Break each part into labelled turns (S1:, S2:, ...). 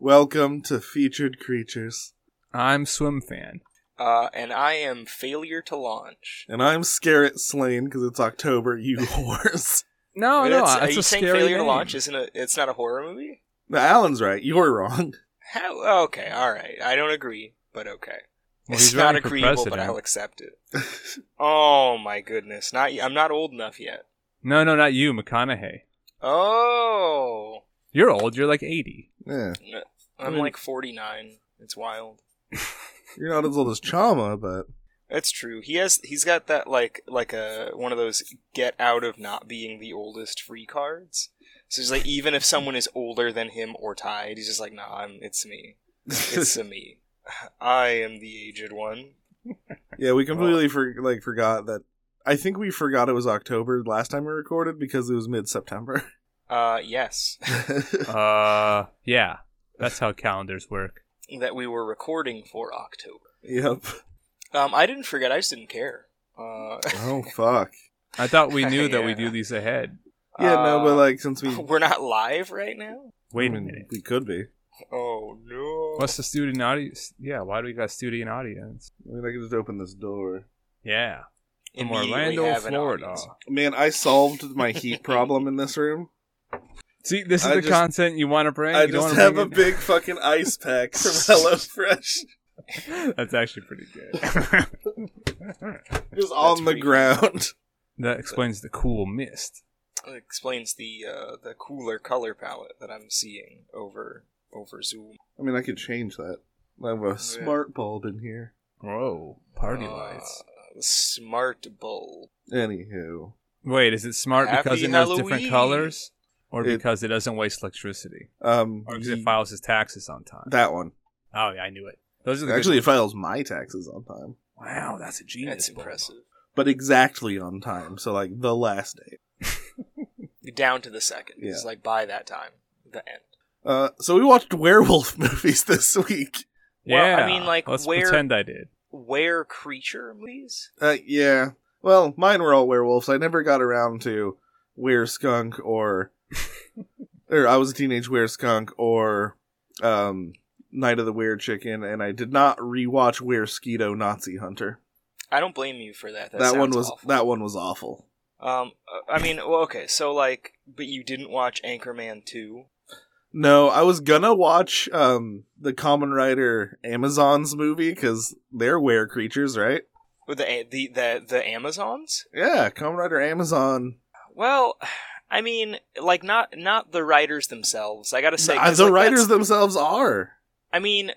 S1: Welcome to Featured Creatures.
S2: I'm Swimfan.
S3: Uh, and I am failure to launch.
S1: And I'm Scarret Slain because it's October, you whores.
S2: No,
S3: Wait,
S2: Oh, no,
S3: that's-
S2: that's,
S3: are you
S2: a
S3: saying
S2: scary
S3: failure
S2: name.
S3: to launch isn't a? It's not a horror movie.
S1: No, Alan's right. You're wrong.
S3: How? oh, Okay, all right. I don't agree, but okay.
S2: Well,
S3: it's
S2: he's
S3: not
S2: running for
S3: agreeable, but
S2: president.
S3: I'll accept it. oh my goodness! Not y- I'm not old enough yet.
S2: No, no, not you, McConaughey.
S3: Oh,
S2: You're old. You're like 80.
S1: Yeah. I
S3: I'm
S1: mean-
S3: like 49. It's wild.
S1: You're not as old as Chama, but
S3: That's true. He has. He's got that like like a one of those get out of not being the oldest free cards. So he's like, even if someone is older than him or tied, he's just like, nah, I'm, it's me. It's a me. I am the aged one.
S1: yeah, we completely for, like forgot that. I think we forgot it was October last time we recorded because it was mid September.
S3: Uh, yes,
S2: Uh, yeah. That's how calendars work.
S3: that we were recording for October.
S1: yep.
S3: Um, I didn't forget. I just didn't care. Uh,
S1: Oh fuck.
S2: I thought we knew that we
S3: Yeah.
S2: do these ahead.
S1: Yeah, no, but
S3: uh,
S1: like since we
S3: we're not live right now.
S2: Wait
S1: I
S2: a
S1: mean,
S2: minute.
S1: we could be.
S3: Oh no!
S2: What's the student audience? Yeah, why do we got student audience?
S1: I mean, I could just open this door.
S2: Yeah. From
S3: Immediately
S2: Orlando,
S3: have an
S2: Florida.
S3: audience.
S1: Man, I solved my heat problem in this room.
S2: See, this is
S1: I
S2: the
S1: just-
S2: content you want to bring.
S1: I
S2: You don't
S1: just
S2: wanna
S1: have a
S2: bring
S1: big fucking ice pack from HelloFresh
S2: it- That's actually pretty good.
S1: just on the
S3: pretty good.
S1: ground.
S2: that explains the cool mist.
S3: It explains the uh, the cooler color palette that I'm seeing over over Zoom.
S1: I mean, I could change that. I
S2: Oh,
S1: have a smart bulb in here.
S2: Whoa, party
S3: Uh,
S2: lights.
S3: Smart bulb.
S1: Anywho,
S2: Wait, is it smart because
S3: Happy
S2: it knows different
S3: Halloween.
S2: colors, or
S1: It-
S2: because it doesn't waste electricity,
S1: um,
S2: or because it
S1: the-
S2: files his taxes on time?
S1: that one
S2: oh yeah, I knew it. Those are the good
S1: actually it files my taxes on time,
S2: ones. Wow, that's a genius.
S3: That's
S2: bulb.
S3: impressive.
S1: but exactly on time. So like the last day.
S3: Down to the second. It's
S1: Yeah.
S3: like by that time, the end.
S1: Uh, so we watched werewolf movies this week.
S3: Well,
S2: yeah,
S3: I mean, like,
S2: let's
S3: where-
S2: pretend I did.
S3: Where creature movies?
S1: Uh, yeah. Well, mine were all werewolves. I never got around to were skunk or, or I was a teenage were skunk or, um, Night of the Weird Chicken, and I did not rewatch Were Skeeto Nazi Hunter.
S3: I don't blame you for that. That,
S1: that one
S3: sounds
S1: was
S3: awful.
S1: that one was awful.
S3: Um, uh, I mean, well, okay, so like, but you didn't watch Anchorman two.
S1: No, I was gonna watch um the Common Rider Amazons movie because they're were creatures, right?
S3: With the A- the the the Amazons.
S1: Yeah, Common Rider Amazon.
S3: Well, I mean, like not not the writers themselves. I gotta say,
S1: Uh,
S3: 'cause,
S1: the
S3: like, that's-
S1: writers themselves are.
S3: I mean,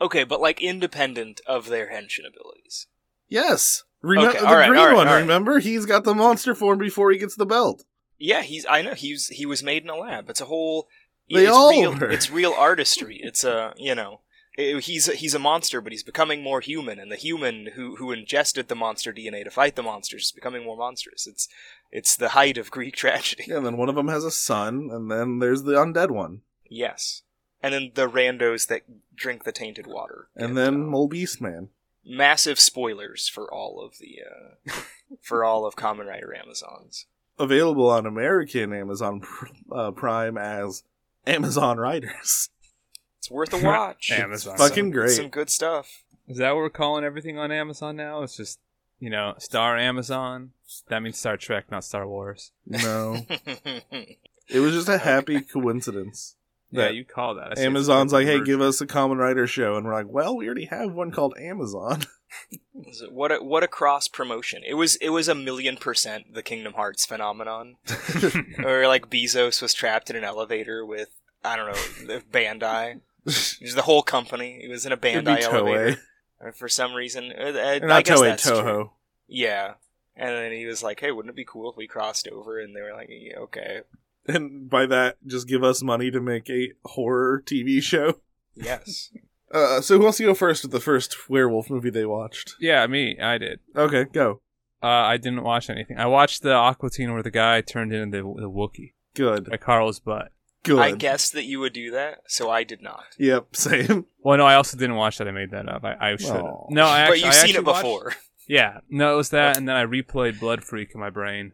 S3: okay, but like independent of their henshin abilities.
S1: Yes. Remem-
S3: Okay,
S1: the
S3: all right,
S1: green
S3: all right,
S1: one,
S3: all right.
S1: remember? He's got the monster form before he gets the belt.
S3: Yeah, he's. I know he's. He was made in a lab. It's a whole.
S1: They
S3: it's
S1: all
S3: real,
S1: were.
S3: It's real artistry. It's a you know. it- he's a, he's a monster, but he's becoming more human, and the human who who ingested the monster DNA to fight the monsters is becoming more monstrous. It's it's the height of Greek tragedy.
S1: Yeah, and then one of them has a son, and then there's the undead one.
S3: Yes, and then the randos that drink the tainted water,
S1: And then
S3: uh,
S1: Mole Beast Man.
S3: massive spoilers for all of the uh, for all of Common Rider Amazons.
S1: Available on American Amazon pr- uh, Prime as Amazon Riders.
S3: It's worth a watch.
S2: Amazon.
S3: Some-
S1: Fucking great.
S3: Some good stuff.
S2: Is that what we're calling everything on Amazon now? It's just you know, Star Amazon. That means Star Trek, not Star Wars.
S1: No. it was just a happy coincidence.
S2: Yeah,
S1: That
S2: you call that. I see it's
S1: Amazon's
S2: a
S1: like, hey,
S2: merger.
S1: give us a Common Rider show. And we're like, well, we already have one called Amazon.
S3: Is it- what a what a cross promotion. It was it was a million percent the Kingdom Hearts phenomenon. or like Bezos was trapped in an elevator with I don't know, the Bandai. It was the whole company. It was in a
S1: It'd be
S3: Bandai
S1: Toei.
S3: elevator. And for some reason, uh, I,
S1: Or
S3: I
S1: Not
S3: guess
S1: Toei,
S3: that's true.
S1: Toho.
S3: Yeah. And then he was like, "Hey, wouldn't it be cool if we crossed over?" And they were like, yeah, "Okay,
S1: And by that, just give us money to make a horror TV show.
S3: yes."
S1: Uh, so who wants to go first with the first werewolf movie they watched?
S2: Yeah, me. I did.
S1: Okay, go.
S2: Uh, I didn't watch anything. I watched the Aqua Teen where the guy turned into the, the Wookiee
S1: Good.
S2: by Carl's butt.
S1: Good.
S3: I guessed that you would do that, so I did not.
S1: Yep, same.
S2: Well, no, I also didn't watch that. I made that up. I, I should have.
S1: Aw.
S2: No, I
S3: but
S2: actually,
S3: you've
S2: I
S3: seen it
S2: actually watched-
S3: before.
S2: Yeah. No, it was that, and then I replayed Blood Freak in my brain,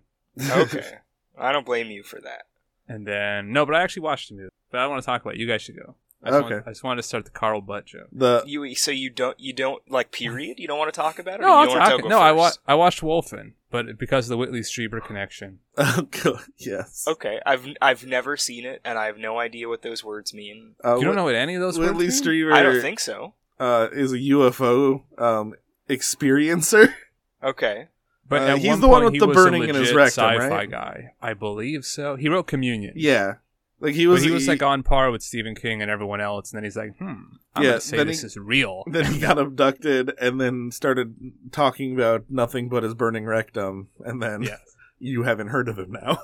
S3: okay, I don't blame you for that.
S2: and then no, but I actually watched the movie. But I don't want to talk about. It. You guys should go. I just,
S1: Okay.
S2: want, I just wanted to start the Carl Butt joke.
S1: The
S3: You so you don't you don't like period. You don't want to talk about it.
S2: No,
S3: or
S2: I'll
S3: you don't want
S2: talk.
S3: to go
S2: No, I, wa-
S3: first?
S2: I watched Wolfen, but because of the Whitley Strieber connection.
S1: oh god, yes.
S3: Okay, I've I've never seen it, and I have no idea what those words mean.
S1: Uh,
S2: You don't know what any of those words
S1: Whitley
S2: mean?
S1: Strieber
S3: I don't think so.
S1: uh, is a UFO um, experiencer.
S3: Okay,
S2: But
S1: Uh,
S2: at
S1: he's
S2: one
S1: the one
S2: point,
S1: with
S2: he
S1: the
S2: was a
S1: burning in his
S2: legit
S1: rectum,
S2: sci-fi
S1: right?
S2: guy. I believe so. He wrote Communion.
S1: Yeah, like he
S2: But
S1: was.
S2: he was
S1: he-
S2: like on par with Stephen King and everyone else, and then he's like, "Hmm,
S1: Yeah,
S2: I'm gonna say
S1: then
S2: this
S1: he-
S2: is real."
S1: then he got abducted and then started talking about nothing but his burning rectum, and then
S2: Yeah.
S1: you haven't heard of him now.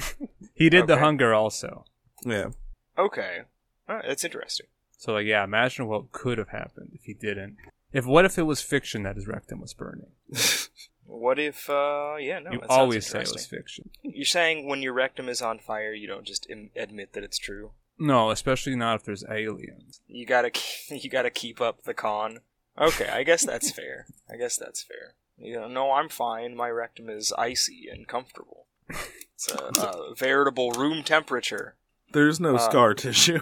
S2: He did the
S3: Okay.
S2: hunger also.
S1: yeah,
S3: okay, All right, that's interesting.
S2: So like, yeah, imagine what could have happened if he didn't. If what if it was fiction that his rectum was burning?
S3: What if? uh Yeah, no.
S2: you
S3: that sounds
S2: always say it was
S3: interesting.
S2: fiction.
S3: You're saying when your rectum is on fire, you don't just Im- admit that it's true.
S2: No, especially not if there's aliens.
S3: You gotta ke- you gotta keep up the con. Okay, I guess that's fair. I guess that's fair. You know, no, I'm fine. My rectum is icy and comfortable. It's a, a veritable room temperature.
S1: there's no
S3: Uh,
S1: scar tissue.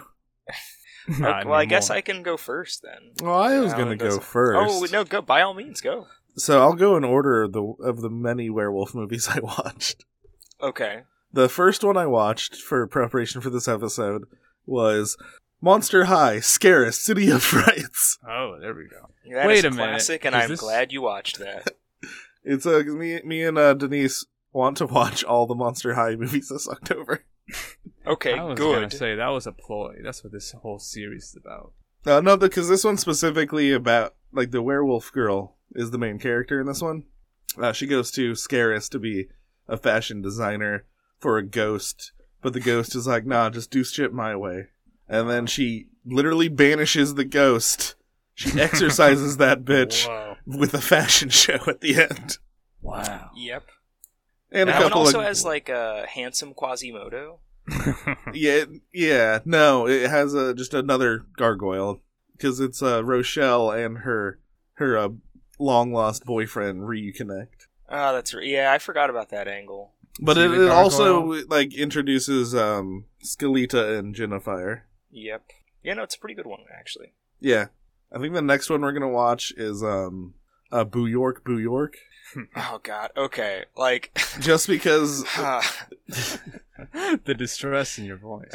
S2: Not
S3: Okay, Oh, well, I guess
S2: anymore.
S3: I can go first then.
S1: Well, I was
S3: Yeah,
S1: gonna
S3: it
S1: go
S3: doesn't-
S1: first.
S3: Oh no, go by all means go.
S1: So I'll go in order of the of the many werewolf movies I watched.
S3: Okay.
S1: The first one I watched for preparation for this episode was Monster High, Scarce, City of Frights.
S2: Oh, there we go.
S3: That
S2: Wait
S3: is
S2: a minute,
S3: classic, and
S2: is
S3: I'm
S2: this-
S3: glad you watched that.
S1: It's uh, 'cause me, me and uh, Denise want to watch all the Monster High movies this October.
S3: Okay,
S2: I was gonna
S3: good.
S2: say that was a ploy. That's what this whole series is about.
S1: Uh, no, because this one's specifically about like the werewolf girl is the main character in this one. Uh, she goes to Scaris to be a fashion designer for a ghost, but the ghost is like, "Nah, just do shit my way." And then she literally banishes the ghost. She exercises that bitch
S2: Whoa.
S1: with a fashion show at the end,
S2: Wow.
S3: Yep.
S1: and a
S3: that one
S1: couple
S3: also
S1: of
S3: has like a handsome Quasimodo.
S1: yeah, yeah. No, it has a just another gargoyle because it's uh, Rochelle and her her uh, long lost boyfriend reconnect.
S3: Ah, that's re- yeah. I forgot about that angle.
S1: But
S2: See
S1: it,
S2: the
S1: it
S2: gargoyle?
S1: also like introduces um Skeleta and Jennifer.
S3: Yep. Yeah, no, it's a pretty good one actually.
S1: Yeah, I think the next one we're gonna watch is um uh Boo York Boo York.
S3: Oh God. Okay. Like.
S1: Just because
S2: the distress in your voice.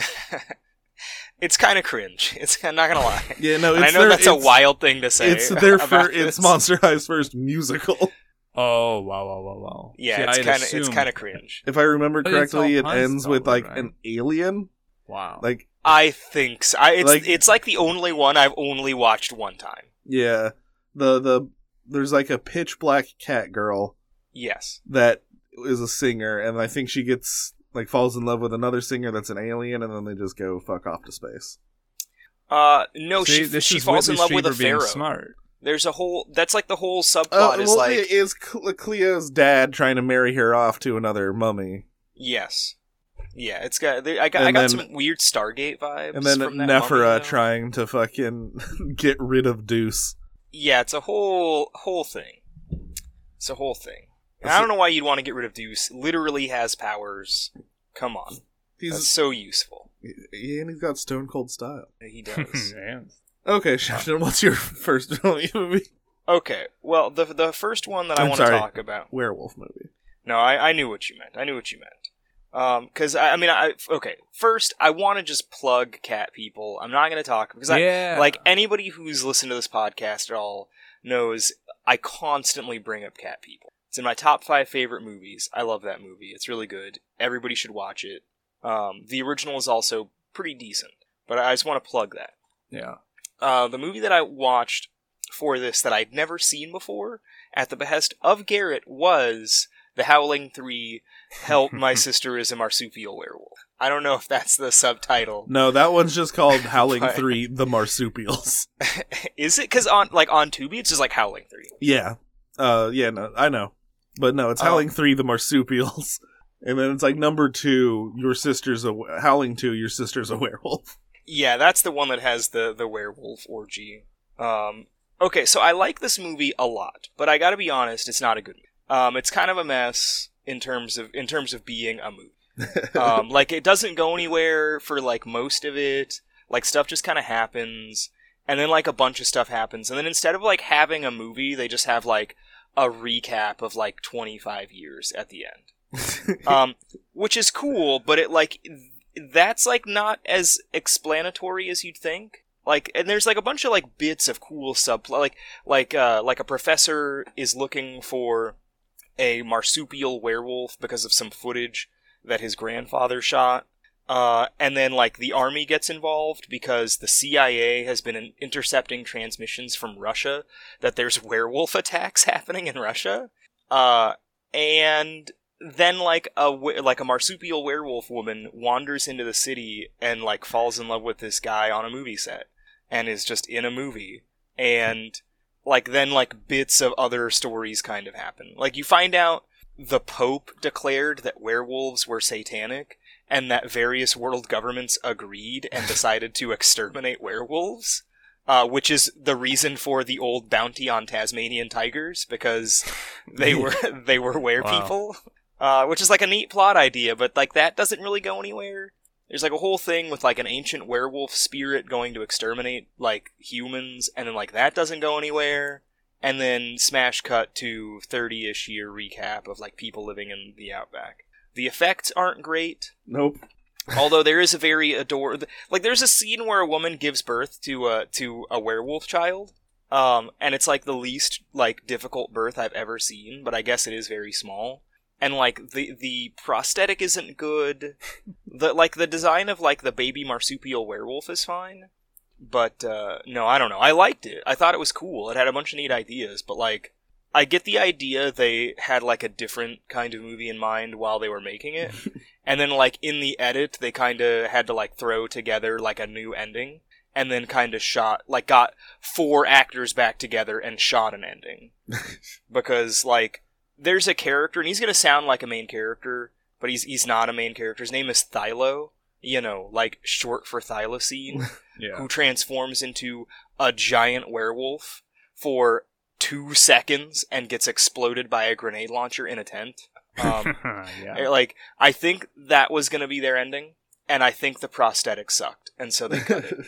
S3: It's kind of cringe. It's I'm not gonna lie.
S1: yeah, no,
S3: And
S1: it's
S3: I know
S1: their-
S3: that's a
S1: it's-
S3: wild thing to say.
S1: It's their
S3: about
S1: fir- it's
S3: this.
S1: Monster High's first musical.
S2: Oh wow wow wow wow.
S3: Yeah,
S2: See,
S3: it's
S2: I'd
S3: kind of it's
S2: assume-
S3: kind of cringe.
S1: If I remember
S2: But it's all
S1: correctly, it
S2: puns
S1: ends with
S2: probably,
S1: like
S2: right?
S1: an alien,
S2: wow.
S1: like
S3: I think so. I, it's
S1: Like-
S3: it's like the only one I've only watched one time.
S1: Yeah. The the there's like a pitch black cat girl
S3: Yes.
S1: that is a singer and I think she gets like falls in love with another singer that's an alien and then they just go fuck off to space.
S3: Uh, no,
S2: See,
S3: she
S2: this
S3: she
S2: is
S3: falls in
S2: Whitley
S3: love with a
S2: Strieber being
S3: pharaoh.
S2: Smart.
S3: There's a whole that's like the whole
S1: Uh,
S3: subplot is
S1: well,
S3: like
S1: it is Cle- Cleo's dad trying to marry her off to another mummy,
S3: yes, yeah. It's got there- I got I
S1: And
S3: got
S1: then-
S3: some weird Stargate vibes.
S1: and then
S3: from that
S1: Nephra
S3: mummy, though.
S1: trying to fucking get rid of Deuce.
S3: Yeah, it's a whole whole thing. It's a whole thing. And
S1: That's
S3: I
S1: a-
S3: don't know why you'd want to get rid of Deuce. Literally has powers. Come on, that's
S1: He's
S3: so useful.
S1: yeah, and he's got stone cold style.
S3: He does.
S1: Okay, Shefton, what's your first movie?
S3: okay, well the the first one that I
S1: I'm
S3: want to
S1: sorry.
S3: talk about.
S1: Werewolf movie.
S3: No, I, I knew what you meant. I knew what you meant. Because I, I mean, I okay. First, I want to just plug cat people. I'm not going to talk because
S2: yeah.
S3: I like anybody who's listened to this podcast at all knows I constantly bring up cat people. It's in my top five favorite movies. I love that movie. It's really good. Everybody should watch it. Um, the original is also pretty decent, but I just want to plug that.
S2: yeah.
S3: Uh, the movie that I watched for this that I'd never seen before at the behest of Garrett was The Howling Three Help My Sister is a Marsupial Werewolf. I don't know if that's the subtitle.
S1: No, that one's just called Howling
S3: Right.
S1: Three: The Marsupials.
S3: is it? Because on like on Tubi, it's just like Howling Three.
S1: Yeah. Uh yeah, no, I know. But no, it's
S3: Oh.
S1: Howling 3 the marsupials. And then it's like number 2 your sister's a we- Howling 2 your sister's a werewolf.
S3: Yeah, that's the one that has the the werewolf orgy. Um, okay, so I like this movie a lot, but I got to be honest, it's not a good movie. Um, it's kind of a mess in terms of in Um, terms of being a movie. um, like it doesn't go anywhere for like most of it. Like stuff just kind of happens, and then like a bunch of stuff happens, and then instead of like having a movie, they just have like a recap of like 25 years at the end, um, which is cool. But it like that's like not as explanatory as you'd think. Like, and there's like a bunch of like bits of cool subplot, like like uh, like a professor is looking for a marsupial werewolf because of some footage that his grandfather shot. Uh, and then, like, the army gets involved because the CIA has been in- intercepting transmissions from Russia that there's werewolf attacks happening in Russia. Uh, and then, like, a we- like a marsupial werewolf woman wanders into the city and like falls in love with this guy on a movie set and is just in a movie. And like then like bits of other stories kind of happen. Like you find out the Pope declared that werewolves were satanic and that various world governments agreed and decided to exterminate werewolves, uh, which is the reason for the old bounty on Tasmanian tigers because they were they were werepeople, uh, which is like a neat plot idea, but like that doesn't really go anywhere. There's like a whole thing with like an ancient werewolf spirit going to exterminate like humans, and then like that doesn't go anywhere. And then smash cut to 30 ish year recap of like people living in the outback. The effects aren't great,
S1: Nope.
S3: although there is a very adore like there's a scene where a woman gives birth to a to a werewolf child, um, and it's like the least like difficult birth I've ever seen, but I guess it is very small. And like the the prosthetic isn't good. The like the design of like the baby marsupial werewolf is fine, but uh, no, I don't know. I liked it. I thought it was cool. It had a bunch of neat ideas, but like I get the idea they had like a different kind of movie in mind while they were making it. and then like in the edit they kind of had to like throw together like a new ending and then kind of shot like got four actors back together and shot an ending because like there's a character and he's going to sound like a main character but he's he's not a main character his name is Thylo you know like short for thylacine
S2: Yeah.
S3: who transforms into a giant werewolf for 2 seconds and gets exploded by a grenade launcher in a tent um
S2: yeah.
S3: like I think that was going to be their ending, and I think the prosthetic sucked, and so they cut it.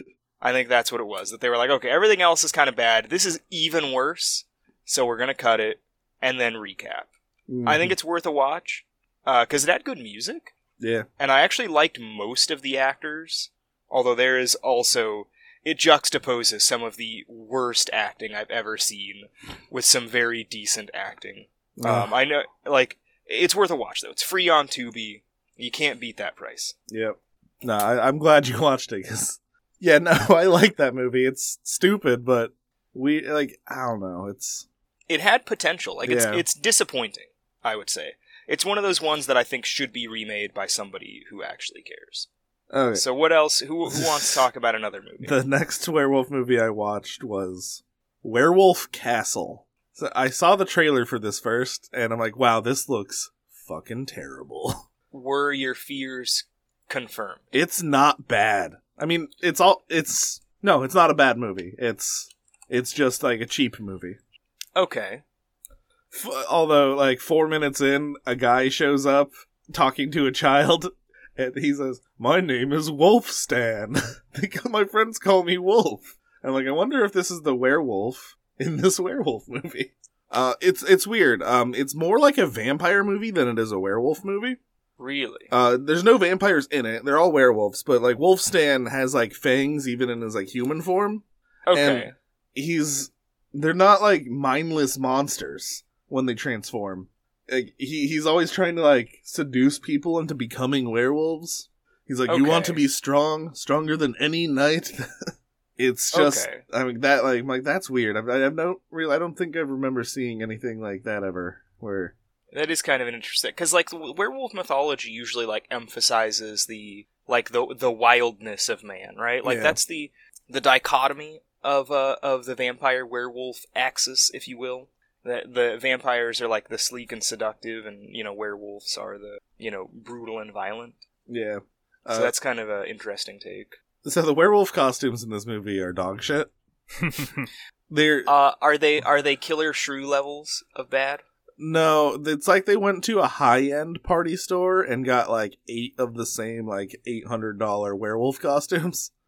S3: I think that's what it was. That they were like, okay, everything else is kind of bad. This is even worse, so we're going to cut it and then recap.
S1: Mm,
S3: I
S1: Mm-hmm.
S3: think it's worth a watch because it had good music,
S1: Yeah.
S3: and I actually liked most of the actors. Although there is also it juxtaposes some of the worst acting I've ever seen with some very decent acting. Um, I know, like, it's worth a watch though. It's free on Tubi. You can't beat that price.
S1: Yep. No, I, I'm glad you watched it. 'cause- yeah, no, I like that movie. It's stupid, but we like I don't know. It's
S3: It had potential. Like, it's
S1: Yeah.
S3: it's disappointing. I would say it's one of those ones that I think should be remade by somebody who actually cares.
S1: okay.
S3: So what else? Who who wants to talk about another movie?
S1: The next werewolf movie I watched was Werewolf Castle. So I saw the trailer for this first, and I'm like, wow, this looks fucking terrible.
S3: Were your fears confirmed?
S1: It's not bad. I mean, it's all it's no, it's not a bad movie. It's it's just like a cheap movie.
S3: Okay.
S1: F- although, like four minutes in, a guy shows up talking to a child, and he says, "My name is Wolfstan. They ca- my friends call me Wolf." And like, I wonder if this is the werewolf in this werewolf movie. Uh, it's it's weird. Um, it's more like a vampire movie than it is a werewolf movie.
S3: Really?
S1: Uh, there's no vampires in it; they're all werewolves. But like, Wolfstan has like fangs even in his like human form
S3: Okay.
S1: and- he's they're not like mindless monsters when they transform. Like he he's always trying to like seduce people into becoming werewolves. He's like, you want to
S3: Okay.
S1: be strong, stronger than any knight. it's just,
S3: Okay.
S1: I mean, that like, I'm like that's weird. I, I, I don't really, I don't think I remember seeing anything like that ever. Where
S3: That is kind of an interesting because, like, w- werewolf mythology usually like emphasizes the like the the wildness of man, right? Like
S1: Yeah.
S3: that's the the dichotomy of uh of the vampire werewolf axis, if you will. That the vampires are like the sleek and seductive, and you know werewolves are the you know brutal and violent.
S1: yeah,
S3: So
S1: uh,
S3: that's kind of an interesting take.
S1: so the werewolf costumes in this movie are dog shit. They're
S3: Uh, are they are they killer shrew levels of bad?
S1: No, it's like they went to a high end party store and got like eight of the same like eight hundred dollar werewolf costumes.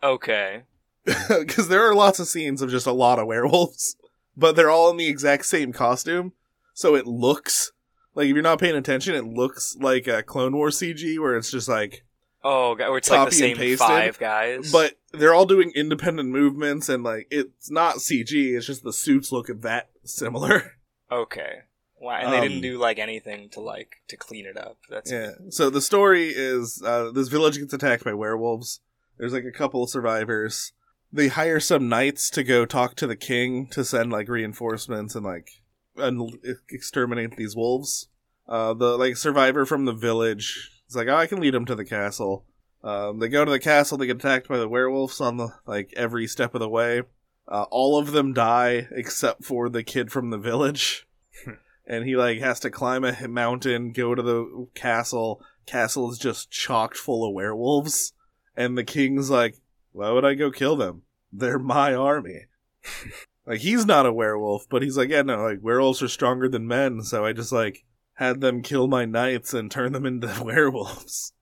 S3: Okay.
S1: because there are lots of scenes of just a lot of werewolves, but they're all in the exact same costume, so it looks like if you're not paying attention, it looks like a Clone War CG where it's just like,
S3: Oh, God, where it's like the
S1: Copy and
S3: same
S1: pasted,
S3: five guys.
S1: but they're all doing independent movements and like it's not CG, it's just the suits look that similar.
S3: okay, wow, and they didn't
S1: Um,
S3: do like anything to like to clean it up. That's
S1: Yeah. So the story is uh, this village gets attacked by werewolves. There's like a couple of survivors. They hire some knights to go talk to the king to send like reinforcements and like un- exterminate these wolves. Uh, the like survivor from the village is like, oh, I can lead them to the castle. Um, they go to the castle. They get attacked by the werewolves on the like every step of the way. Uh, all of them die except for the kid from the village and he like has to climb a h- mountain, go to the castle. Castle is just chocked full of werewolves, and the king's like, "Why would I go kill them? They're my army." like he's not a werewolf, but he's like, "Yeah, no, like werewolves are stronger than men, so I just like had them kill my knights and turn them into werewolves."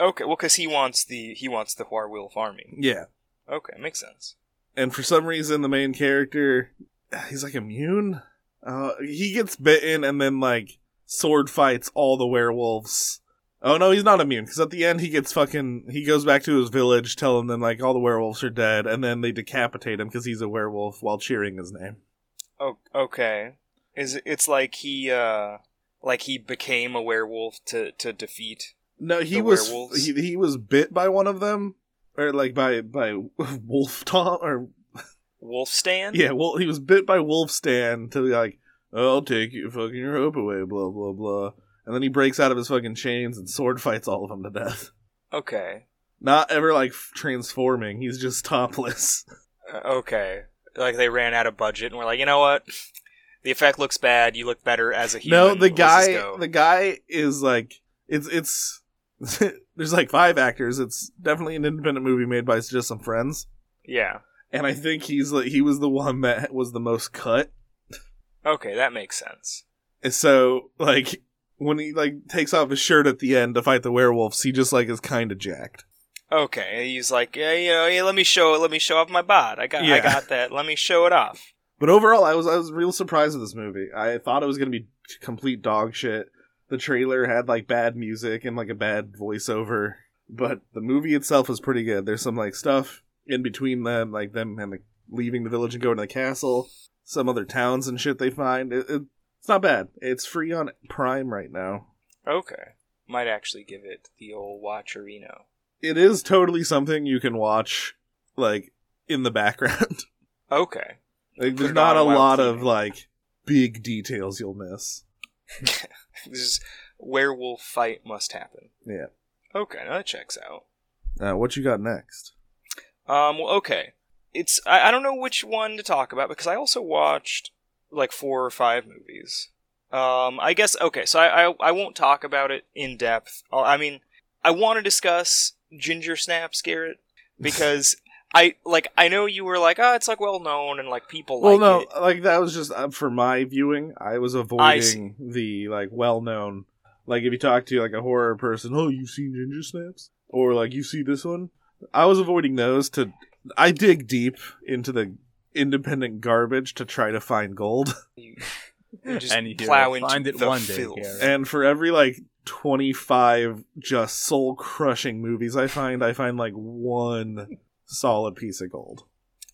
S3: okay. Well, because he wants the he wants the Warwolf army.
S1: Yeah,
S3: Okay, makes sense.
S1: and for some reason the main character he's like immune uh, he gets bitten and then like sword fights all the werewolves oh no he's not immune because at the end he gets fucking he goes back to his village telling them like all the werewolves are dead and then they decapitate him because he's a werewolf while cheering his name
S3: Oh, okay. Is it- it's like he uh like he became a werewolf to to defeat.
S1: no he
S3: The
S1: was
S3: werewolves?
S1: he, he was bit by one of them or like by by wolf tom or
S3: Wolfstan?
S1: Yeah, well, he was bit by Wolf Stan to be like, I'll take your fucking your hope away, blah blah blah. And then he breaks out of his fucking chains and sword fights all of them to death.
S3: Okay.
S1: Not ever like f- transforming. He's just topless.
S3: Uh, okay. Like they ran out of budget and were like, you know what? The effect looks bad. You look better as a human.
S1: no, the
S3: Let's just
S1: guy,
S3: go."
S1: the guy is like, it's it's. there's like five actors. It's definitely an independent movie made by just some friends.
S3: yeah.
S1: And I think he's like he was the one that was the most cut.
S3: Okay, that makes sense.
S1: And so like when he like takes off his shirt at the end to fight the werewolves, he just like is kind of jacked.
S3: Okay, he's like, yeah, you know, yeah, let me show, let me show off my bod. I got, I
S1: Yeah.
S3: got that. Let me show it off.
S1: But overall, I was I was real surprised with this movie. I thought it was going to be complete dog shit. The trailer had like bad music and like a bad voiceover, but the movie itself was pretty good. There's some like stuff in between them, like them and like leaving the village and going to the castle, some other towns and shit they find. It, it, it's not bad. It's free on Prime right now.
S3: Okay, might actually give it the old watcherino.
S1: It is totally something you can watch, like in the background.
S3: Okay,
S1: like,
S3: it
S1: there's not a
S3: on while
S1: lot of
S3: TV.
S1: like big details you'll miss.
S3: this is werewolf fight must happen.
S1: Yeah.
S3: Okay, now that checks out.
S1: Uh, what you got next?
S3: Um, well, okay, it's I, I don't know which one to talk about because I also watched like four or five movies. Um, I guess okay, so I I, I won't talk about it in depth. I'll- I mean, I want to discuss Ginger Snaps, Garrett, because. I like. I know you were like, ah, it's like well known and like people
S1: well,
S3: like
S1: no,
S3: it.
S1: like that was just uh, for my viewing. I was avoiding the like well-known, like if you talk to like a horror person, oh, you've seen Ginger Snaps, or like you see this one. I was avoiding those to. I dig deep into the independent garbage to try to find gold,
S3: You, you just
S2: And you
S3: plow
S2: will
S3: into
S2: find it
S3: the
S2: one day,
S3: filth.
S2: Garrett.
S1: and for every like twenty-five just soul-crushing movies I find, I find like one solid piece of gold.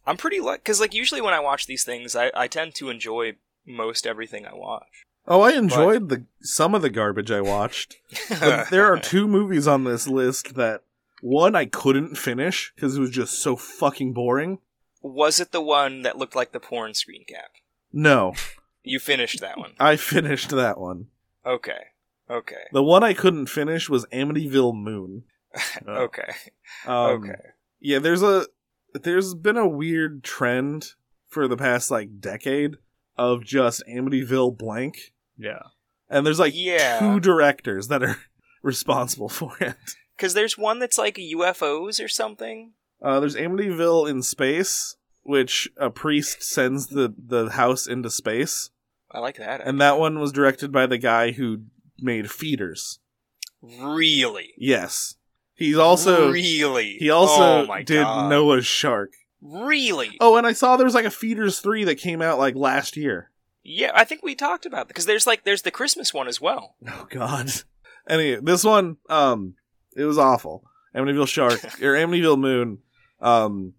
S3: I'm pretty lucky because, like, usually when I watch these things, I, I tend to enjoy most everything I watch.
S1: Oh, I enjoyed the some of the garbage I watched. But there are two movies on this list that one I couldn't finish because it was just so fucking boring.
S3: Was it the one that looked like the porn screen cap?
S1: No,
S3: You finished that one.
S1: I finished that one.
S3: Okay. Okay.
S1: The one I couldn't finish was Amityville Moon. Uh,
S2: Oh.
S3: Okay.
S1: Um,
S3: okay.
S1: Yeah, there's a there's been a weird trend for the past like decade of just Amityville blank,
S2: Yeah.
S1: and there's like
S3: Yeah.
S1: two directors that are responsible for it.
S3: Because there's one that's like UFOs or something.
S1: Uh, there's Amityville in space, which a priest sends the the house into space.
S3: I like that.
S1: and that one was directed by the guy who made Feeders.
S3: really?
S1: Yes, He's also
S3: really.
S1: he also
S3: oh my
S1: did
S3: God.
S1: Noah's Shark.
S3: Really.
S1: Oh, and I saw there was like a Feeders three that came out like last year.
S3: Yeah, I think we talked about because there's like there's the Christmas one as well.
S1: Oh God. Anyway, this one, um, it was awful. Amityville Shark or Amityville Moon. Um,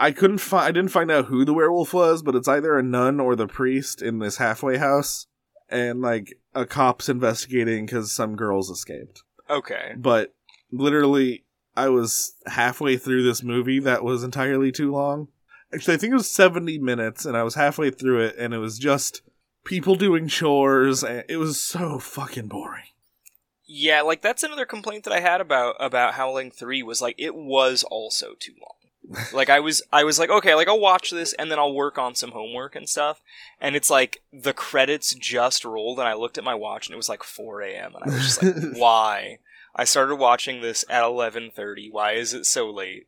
S1: I couldn't find. I didn't find out who the werewolf was, but it's either a nun or the priest in this halfway house, and like a cop's investigating because some girls escaped.
S3: Okay.
S1: But literally, I was halfway through this movie that was entirely too long. Actually, I think it was seventy minutes, and I was halfway through it, and it was just people doing chores, and it was so fucking boring.
S3: Yeah, like that's another complaint that I had about about Howling 3 was like it was also too long. like I was I was like, okay, like I'll watch this and then I'll work on some homework and stuff. And it's like the credits just rolled and I looked at my watch and it was like 4 a.m. and I was just like, why? I started watching this at 11:30. Why is it so late?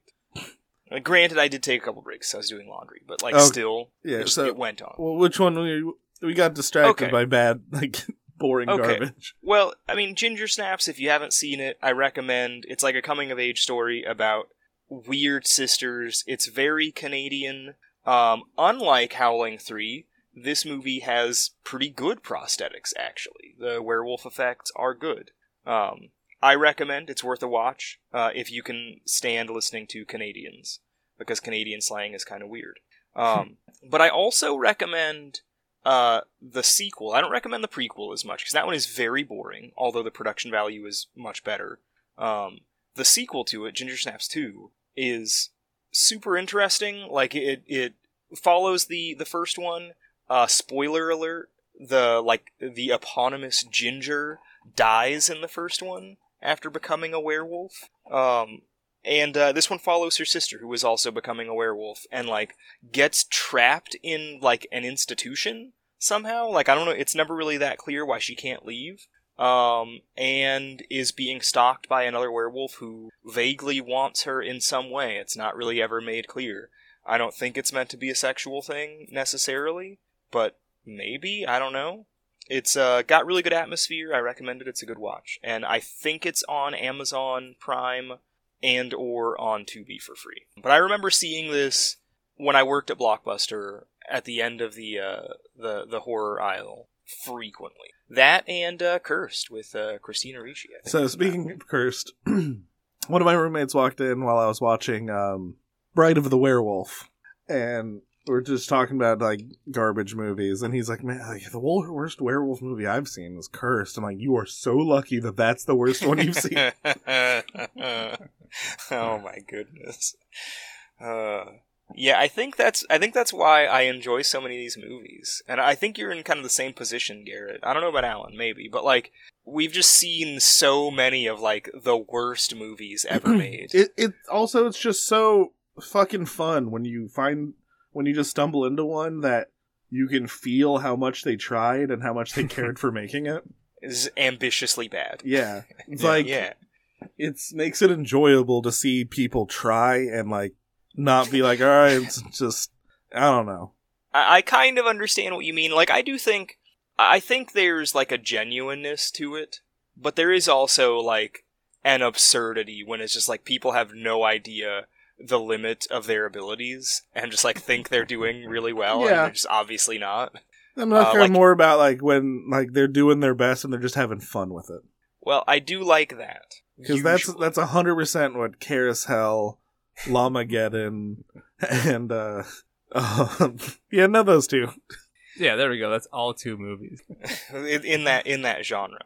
S3: Like, granted, I did take a couple breaks. I was doing laundry, but like
S1: Oh,
S3: still,
S1: yeah,
S3: it, just-
S1: so-
S3: it went on.
S1: Well, which one we we got distracted
S3: Okay.
S1: by bad, like boring
S3: Okay.
S1: garbage.
S3: Well, I mean, Ginger Snaps, if you haven't seen it, I recommend. It's like a coming of age story about weird sisters. It's very Canadian. Um, unlike Howling 3, this movie has pretty good prosthetics, actually. The werewolf effects are good. Um, I recommend. It's worth a watch uh, if you can stand listening to Canadians, because Canadian slang is kind of weird. Um, but I also recommend uh, the sequel. I don't recommend the prequel as much because that one is very boring, although the production value is much better. Um, the sequel to it, Ginger Snaps Two, is super interesting. Like it, it follows the the first one. Uh, spoiler alert: the like the eponymous Ginger dies in the first one after becoming a werewolf. Um, and uh, this one follows her sister, who is also becoming a werewolf, and like gets trapped in like an institution somehow. Like I don't know, it's never really that clear why she can't leave. Um, and is being stalked by another werewolf who vaguely wants her in some way. It's not really ever made clear. I don't think it's meant to be a sexual thing necessarily, but maybe I don't know. It's uh, got really good atmosphere. I recommend it. It's a good watch, and I think it's on Amazon Prime and or on Tubi for free. But I remember seeing this when I worked at Blockbuster at the end of the uh, the the horror aisle frequently. That and uh, Cursed with uh, Christina Ricci. I think
S1: So
S3: was in that
S1: speaking
S3: one.
S1: of cursed, one of my roommates walked in while I was watching um, Bride of the Werewolf, and we are just talking about like garbage movies, and he's like, "Man, like, the wor- worst werewolf movie I've seen was Cursed." I'm like, "You are so lucky that that's the worst one you've seen."
S3: oh my goodness. Uh, yeah, I think that's I think that's why I enjoy so many of these movies, and I think you're in kind of the same position, Garrett. I don't know about Alan, maybe, but like we've just seen so many of like the worst movies ever made.
S1: It it also it's just so fucking fun when you find when you just stumble into one that you can feel how much they tried and how much they cared for making it.
S3: is ambitiously bad.
S1: Yeah. It's
S2: Yeah.
S1: like
S3: yeah,
S1: it makes it enjoyable to see people try and like not be like, all right, it's just I don't know.
S3: I, I kind of understand what you mean. Like, I do think, I think there's like a genuineness to it, but there is also like an absurdity when it's just like people have no idea the limit of their abilities and just like think they're doing really well and
S1: Yeah.
S3: they're just obviously not.
S1: I'm not
S3: Uh,
S1: sure
S3: like-
S1: more about like when like they're doing their best and they're just having fun with it
S3: Well, I do like that
S1: because that's
S3: Usually.
S1: that's hundred percent what Karis Hell, Lamageddon, and uh, um, yeah, no, those two.
S2: Yeah, there we go. That's all two movies.
S3: in, in that in that genre.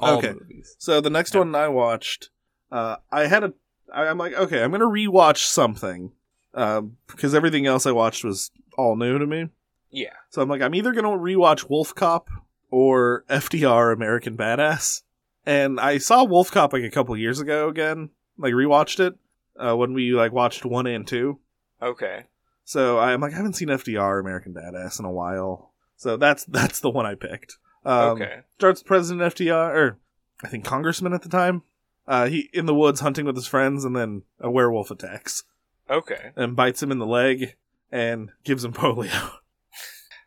S2: All
S1: Okay.
S2: movies.
S1: So the next one I watched, uh, I had a, I, I'm like, okay, I'm gonna rewatch something, um, because everything else I watched was all new to me.
S3: Yeah.
S1: So I'm like, I'm either gonna rewatch Wolf Cop or FDR American Badass. And I saw Wolf Cop like a couple years ago again, like rewatched it uh, when we like watched one and two.
S3: Okay.
S1: So I'm like, I haven't seen FDR American Badass in a while. So that's that's the one I picked. Um,
S3: okay.
S1: starts President FDR, or I think Congressman at the time. Uh, he in the woods hunting with his friends, and then a werewolf attacks
S3: Okay.
S1: and bites him in the leg and gives him polio.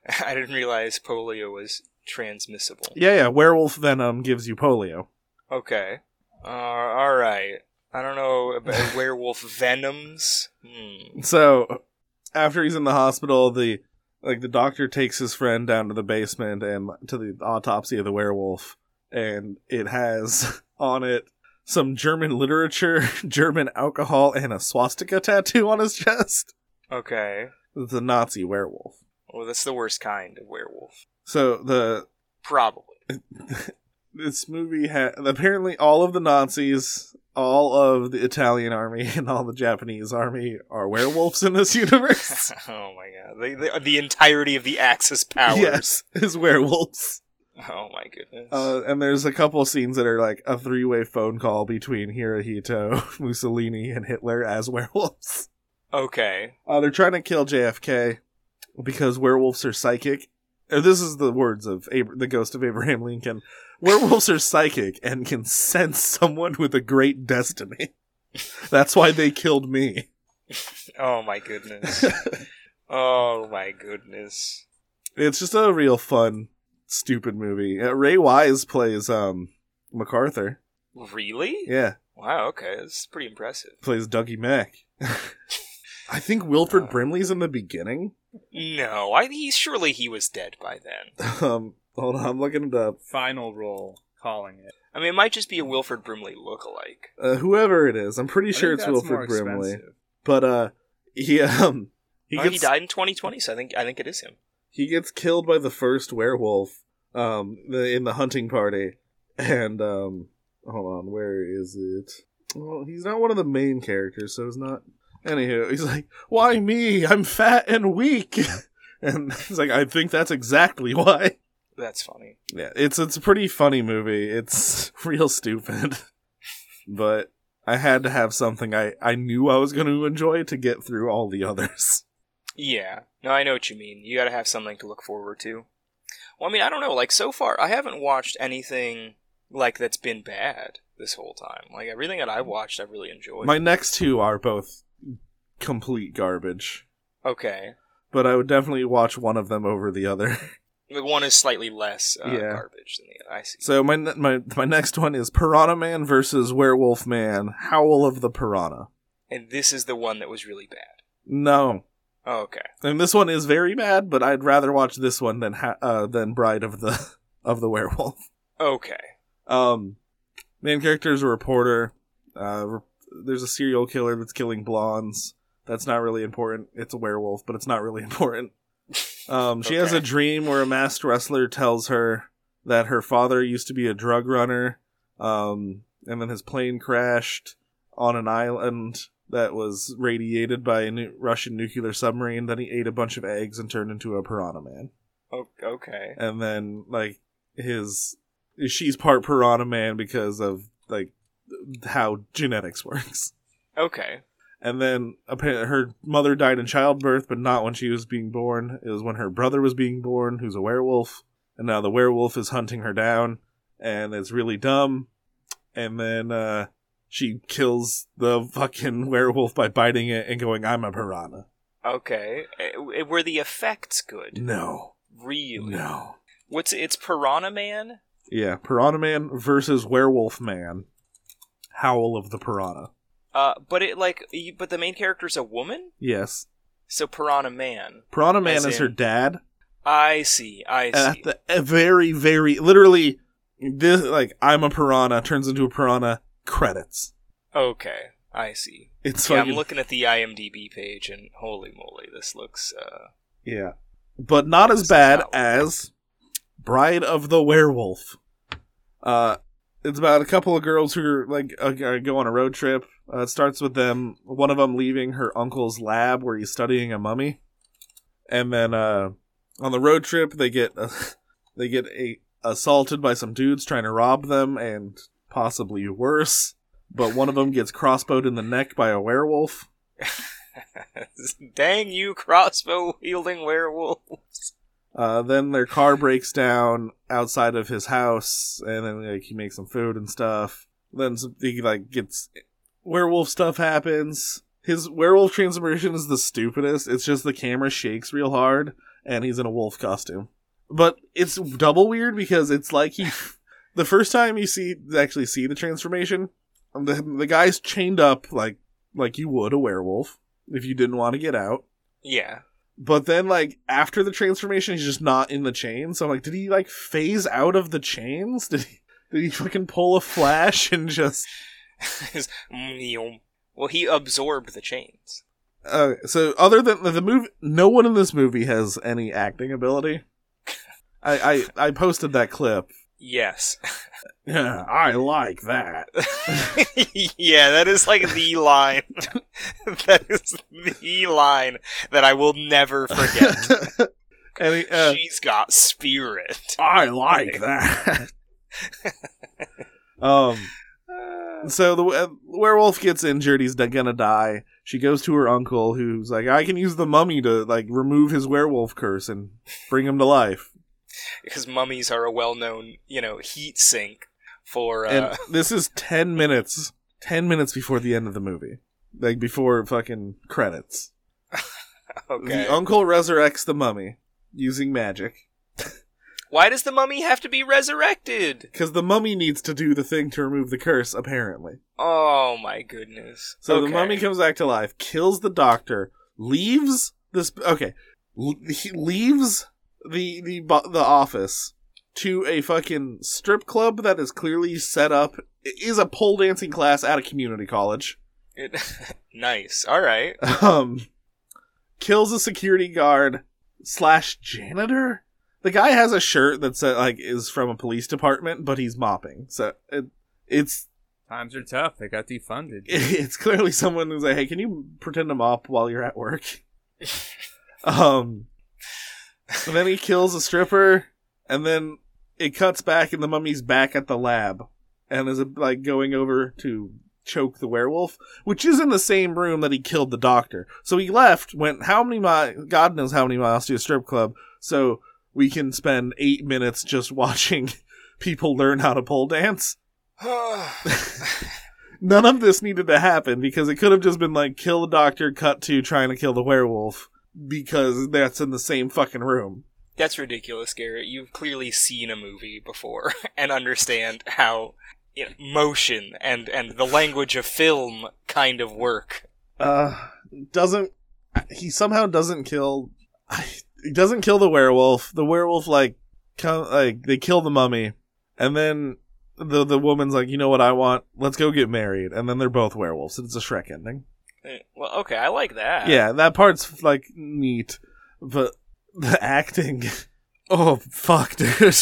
S3: I didn't realize polio was transmissible.
S1: yeah, yeah, werewolf venom gives you polio.
S3: Okay. Uh, all right. I don't know about werewolf venoms. Hmm.
S1: So after he's in the hospital, the like the doctor takes his friend down to the basement and to the autopsy of the werewolf, and it has on it some German literature, German alcohol, and a swastika tattoo on his chest.
S3: Okay.
S1: It's a Nazi werewolf.
S3: Well, that's the worst kind of werewolf.
S1: So the
S3: Probably.
S1: this movie had apparently all of the Nazis, all of the Italian army, and all the Japanese army are werewolves in this universe.
S3: oh my god. The, the, the entirety of the Axis powers.
S1: Yes, is werewolves.
S3: Oh my goodness.
S1: Uh, and there's a couple scenes that are like a three way phone call between Hirohito, Mussolini, and Hitler as werewolves.
S3: okay.
S1: Uh, they're trying to kill JFK because werewolves are psychic. Or this is the words of Abra- the ghost of Abraham Lincoln. Werewolves are psychic and can sense someone with a great destiny. That's why they killed me.
S3: Oh my goodness. oh my goodness.
S1: It's just a real fun, stupid movie. Uh, Ray Wise plays um MacArthur.
S3: Really?
S1: Yeah,
S3: Wow, okay. That's pretty impressive.
S1: plays Dougie Uh, Mack. I think Wilfred Brimley's in the beginning.
S3: No, I he surely he was dead by then.
S1: Um, hold on, I'm looking it up.
S2: Final roll, calling it.
S3: I mean, it might just be a Wilford Brimley lookalike.
S1: Uh, whoever it is, I'm pretty
S2: I
S1: sure
S2: think
S1: it's
S2: that's more
S1: Wilfred Brimley.
S2: expensive.
S1: But uh, he um he
S3: Oh,
S1: gets
S3: he died in 2020, so I think I think it is him.
S1: he gets killed by the first werewolf um the, in the hunting party and um hold on where is it well he's not one of the main characters so it's not anywho he's like why me i'm fat and weak and he's like i think that's exactly why
S3: That's funny.
S1: yeah it's it's a pretty funny movie it's real stupid but i had to have something i i knew i was going to enjoy to get through all the others
S3: Yeah. No, I know what you mean. You got to have something to look forward to. Well, I mean, I don't know. Like so far, I haven't watched anything like that's been bad this whole time. Like everything that I watched, I really enjoyed.
S1: my next two are both complete garbage
S3: okay.
S1: but I would definitely watch one of them over the other.
S3: The one is slightly less uh,
S1: Yeah.
S3: garbage than the other. I see.
S1: So my ne- my my next one is Piranha Man versus Werewolf Man: Howl of the Piranha.
S3: and this is the one that was really bad. Oh,
S1: No,
S3: Okay.
S1: and this one is very bad, but I'd rather watch this one than ha- uh, than Bride of the of the Werewolf.
S3: Okay.
S1: Um, main character is a reporter. Uh, re- there's a serial killer that's killing blondes. That's not really important. It's a werewolf, but it's not really important. Um, she has
S3: Okay.
S1: a dream where a masked wrestler tells her that her father used to be a drug runner, um, and then his plane crashed on an island that was radiated by a nu- Russian nuclear submarine. Then he ate a bunch of eggs and turned into a piranha man
S3: O- okay.
S1: and then like his she's part piranha man because of like how genetics works
S3: Okay.
S1: and then appa- her mother died in childbirth but not when she was being born it was when her brother was being born who's a werewolf and now the werewolf is hunting her down and it's really dumb and then uh she kills the fucking werewolf by biting it and going i'm a piranha
S3: Okay. Eh, w- were the effects
S1: Mm.
S3: good?
S1: no
S3: Really?
S1: no
S3: What's it's Piranha Man?
S1: Yeah, Piranha Man versus Werewolf Man. Howl of the Piranha.
S3: Uh, but it like, you, but the main character's a woman,
S1: Yes.
S3: so Piranha Man.
S1: Piranha Man
S3: As
S1: is her
S3: in-
S1: dad.
S3: I see. I
S1: And
S3: see.
S1: at the a very, very literally this like I'm a piranha turns into a piranha credits.
S3: okay, I see.
S1: It's
S3: Yeah, I'm
S1: fucking-
S3: looking at the IMDb page, and holy moly, this looks. Uh,
S1: yeah. But not as
S3: This is
S1: bad
S3: not-
S1: as Bride of the Werewolf. Uh it's about a couple of girls who are like uh, go on a road trip. Uh, it starts with them one of them leaving her uncle's lab where he's studying a mummy. and then uh, on the road trip they get uh, they get a, assaulted by some dudes trying to rob them and possibly worse but one of them gets crossbowed in the neck by a werewolf
S3: dang you, crossbow wielding werewolf!
S1: uh, then their car breaks down outside of his house and then like he makes some food and stuff then some, he like gets werewolf stuff happens his werewolf transformation is the stupidest it's just the camera shakes real hard and he's in a wolf costume but it's double weird because it's like he the first time you see actually see the transformation the the guy's chained up like like you would a werewolf if you didn't want to get out.
S3: Yeah.
S1: But then like after the transformation, he's just not in the chain. So I'm like, did he like phase out of the chains? Did he did he fucking pull a flash and just
S3: His- Mm, well, he absorbed the chains.
S1: uh, so other than the, the movie, no one in this movie has any acting ability. I I, I posted that clip.
S3: Yes.
S1: Yeah, I like that.
S3: yeah, that is like the line. that is the line that I will never forget.
S1: and he, uh,
S3: She's got spirit.
S1: I like that. um. So the uh, werewolf gets injured. He's gonna die. She goes to her uncle, who's like, "I can use the mummy to like remove his werewolf curse and bring him to life."
S3: Because mummies are a well-known, you know, heat sink for. Uh,
S1: And this is ten minutes, ten minutes before the end of the movie, like before fucking credits.
S3: okay.
S1: The uncle resurrects the mummy using magic
S3: Why does the mummy have to be resurrected?
S1: because the mummy needs to do the thing to remove the curse, apparently.
S3: Oh my goodness.
S1: So the
S3: Okay.
S1: mummy comes back to life, kills the doctor, leaves this. Okay, L- he leaves the the bo- the office to a fucking strip club that is clearly set up. It is a pole dancing class at a community college.
S3: It, nice. All right.
S1: Um, kills a security guard slash janitor. The guy has a shirt that's uh, like is from a police department, but he's mopping. So it, it's
S2: Times are tough. They got defunded.
S1: it's clearly someone who's like, "Hey, can you pretend to mop while you're at work?" um, and then he kills a stripper, and then it cuts back, and the mummy's back at the lab, and is like going over to choke the werewolf, which is in the same room that he killed the doctor. So he left, went how many miles? God knows how many miles to a strip club, so we can spend eight minutes just watching people learn how to pole dance none of this needed to happen because it could have just been like kill the doctor, cut to trying to kill the werewolf because that's in the same fucking room.
S3: That's ridiculous, Garrett. You've clearly seen a movie before and understand how you know, motion and and the language of film kind of work.
S1: Uh, doesn't he somehow doesn't kill? He doesn't kill the werewolf. The werewolf like come like they kill the mummy, and then the the woman's like, you know what I want? Let's go get married. And then they're both werewolves. It's a Shrek ending.
S3: Eh, Well, okay, I like that.
S1: yeah, that part's like neat, but the acting. Oh fuck, dude.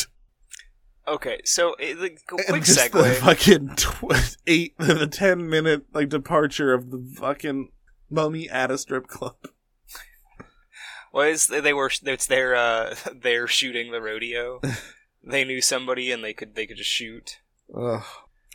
S3: Okay, so eh, like, qu-
S1: And
S3: quick
S1: just The
S3: segue.
S1: fucking tw- eight, the ten minute like departure of the fucking mummy at a strip club.
S3: Was they were it's their uh they're shooting the rodeo. they knew somebody and they could they could just shoot.
S1: Ugh.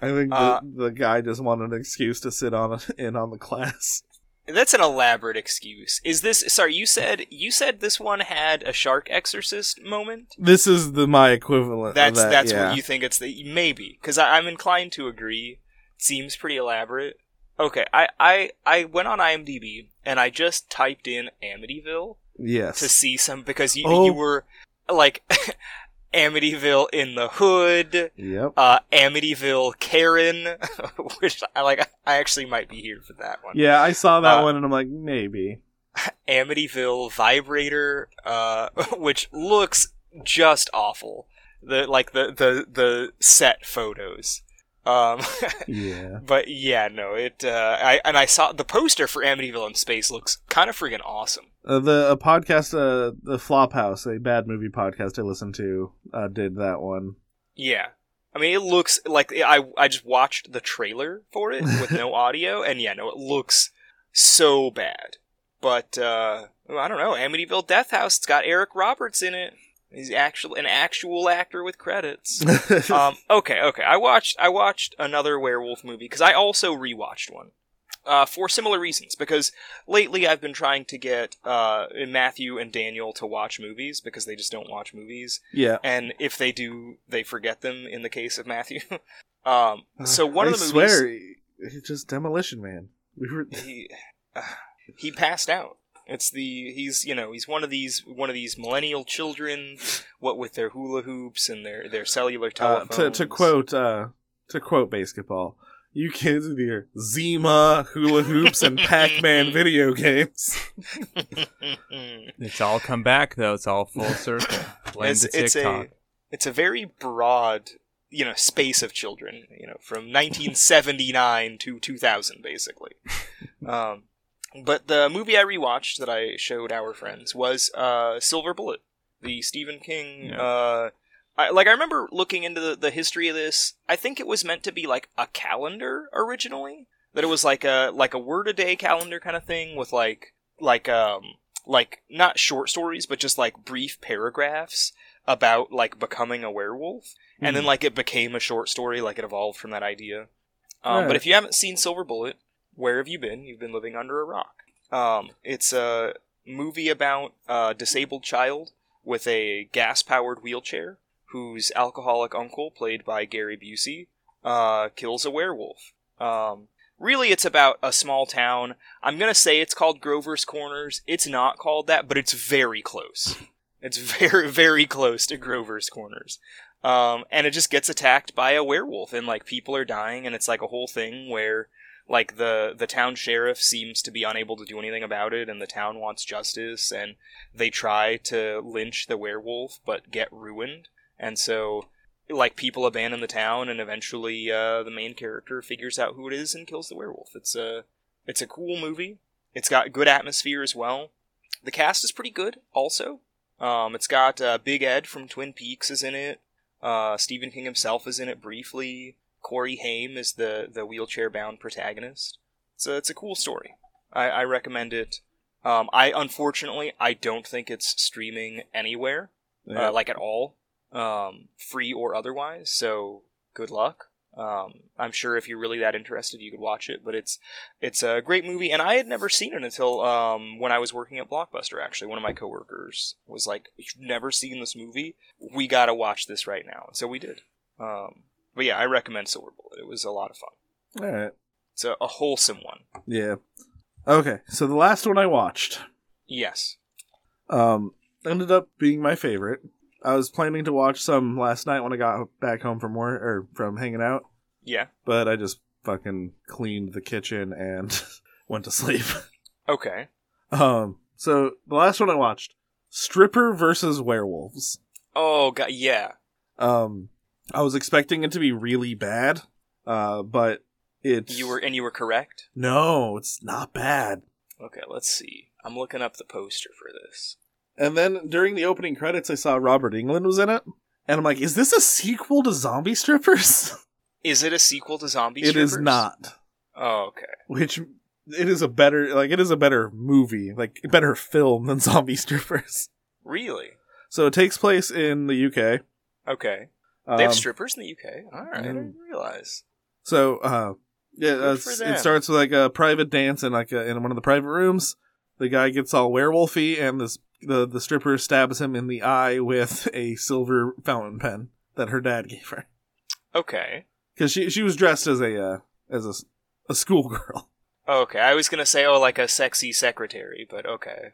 S1: I think the,
S3: Uh,
S1: the guy just wanted an excuse to sit on in on the class.
S3: That's an elaborate excuse. Is this sorry, you said you said this one had a shark exorcist moment?
S1: This is the my equivalent. of
S3: That's
S1: Uh, that,
S3: that's
S1: yeah.
S3: what you think it's the maybe because I'm inclined to agree. It seems pretty elaborate. Okay, I, I I went on IMDb and I just typed in Amityville to
S1: Yes.
S3: see some because you
S1: Oh.
S3: you were like Amityville in the hood,
S1: Yep.
S3: uh, Amityville Karen, which I like. I actually might be here for that one.
S1: Yeah, I saw that
S3: Uh,
S1: one and I'm like, maybe.
S3: Amityville vibrator, uh, which looks just awful. The like the the the set photos. Um,
S1: Yeah.
S3: but yeah, no, it. Uh, I and I saw the poster for Amityville in space looks kind of freaking awesome.
S1: Uh, the a podcast, uh, the Flophouse, a bad movie podcast I listened to, uh, did that one.
S3: Yeah, I mean it looks like I I just watched the trailer for it with no audio, and yeah, no, it looks so bad. But uh, I don't know Amityville Death House. It's got Eric Roberts in it. He's actual an actual actor with credits.
S1: Uh,
S3: um, okay, okay. I watched I watched another werewolf movie because I also rewatched one uh, for similar reasons. Because lately I've been trying to get uh, Matthew and Daniel to watch movies because they just don't watch movies,
S1: yeah.
S3: and if they do, they forget them. In the case of Matthew, um, so one
S1: Uh, I
S3: of the movies
S1: swear, he- he just Demolition Man. We were
S3: he uh, he passed out. It's the he's you know he's one of these one of these millennial children, what with their hula hoops and their their cellular
S1: Uh,
S3: telephones.
S1: to, to quote uh, to quote basketball, You kids with your Zima, hula hoops, and Pac Man video games.
S2: It's all come back though. It's all full circle. Blame
S3: it's,
S2: the
S3: it's
S2: TikTok.
S3: a it's a very broad you know space of children you know from 1979 to 2000 basically um, but the movie i rewatched that i showed our friends was uh, silver bullet the stephen king
S2: Yeah.
S3: uh, I, like i remember looking into the, the history of this i think it was meant to be like a calendar originally that it was like a like a word a day calendar kind of thing with like like um like not short stories but just like brief paragraphs about like becoming a werewolf and then like it became a short story like it evolved from that idea um,
S1: Right.
S3: but if you haven't seen silver bullet where have you been you've been living under a rock um, it's a movie about a disabled child with a gas powered wheelchair whose alcoholic uncle played by gary busey uh, kills a werewolf um, really it's about a small town i'm gonna say it's called grover's corners it's not called that but it's very close it's very very close to grover's corners um, and it just gets attacked by a werewolf and like people are dying and it's like a whole thing where like the the town sheriff seems to be unable to do anything about it and the town wants justice and they try to lynch the werewolf but get ruined and so like people abandon the town and eventually uh, the main character figures out who it is and kills the werewolf it's a it's a cool movie it's got good atmosphere as well the cast is pretty good also um, it's got uh, big ed from twin peaks is in it uh, Stephen King himself is in it briefly. Corey Haim is the, the wheelchair bound protagonist. So it's a cool story. I, I recommend it. Um, I unfortunately I don't think it's streaming anywhere,
S1: Yeah.
S3: uh, like at all, um, free or otherwise. So good luck. Um, I'm sure if you're really that interested, you could watch it. But it's it's a great movie, and I had never seen it until um, when I was working at Blockbuster. Actually, one of my coworkers was like, "You've never seen this movie? We gotta watch this right now." And so we did. Um, but yeah, I recommend Silver Bullet. It was a lot of
S1: All
S3: fun.
S1: right.
S3: It's a, a wholesome one.
S1: Yeah. Okay. So the last one I watched
S3: Yes.
S1: um, ended up being my favorite. I was planning to watch some last night when I got back home from work or from hanging out,
S3: Yeah.
S1: but I just fucking cleaned the kitchen and went to sleep.
S3: Okay.
S1: Um, so the last one I watched, Stripper versus Werewolves.
S3: Oh god. Yeah.
S1: Um, I was expecting it to be really bad, uh, but it's
S3: You were and you were correct.
S1: no, it's not bad.
S3: Okay. Let's see. I'm looking up the poster for this.
S1: And then during the opening credits, I saw Robert England was in it, and I'm like, is this a sequel to Zombie Strippers?
S3: Is it a sequel to Zombie?
S1: it is
S3: Strippers?
S1: not.
S3: Oh, okay.
S1: Which it is a better like it is a better movie, like a better film than Zombie Strippers.
S3: Really?
S1: So it takes place in the UK.
S3: Okay. They
S1: Um, mm.
S3: have strippers in the UK. All right, I didn't realize.
S1: So, uh, yeah,
S3: Good
S1: uh,
S3: for
S1: s-
S3: them.
S1: it starts with like a private dance in like a, in one of the private rooms. The guy gets all werewolfy, and this the the stripper stabs him in the eye with a silver fountain pen that her dad gave her
S3: Okay.
S1: because she she was dressed as a uh, as a, s- a schoolgirl.
S3: Okay. I was gonna say, oh, like a sexy secretary, but okay.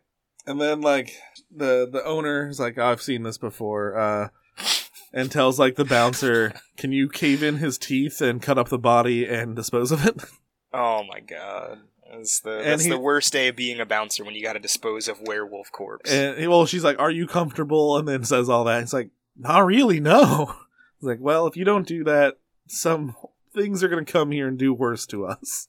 S1: And then like the the owner is like, "Oh, I've seen this before, uh, and tells like the bouncer, can you cave in his teeth and cut up the body and dispose of it?
S3: Oh my god. That's the
S1: And
S3: that's
S1: he-
S3: the worst day of being a bouncer when you gotta dispose of werewolf corpse.
S1: And he- well, she's like, "Are you comfortable?" And then says all that. It's like, "Not really, no." It's like, "Well, if you don't do that, some things are gonna come here and do worse to us."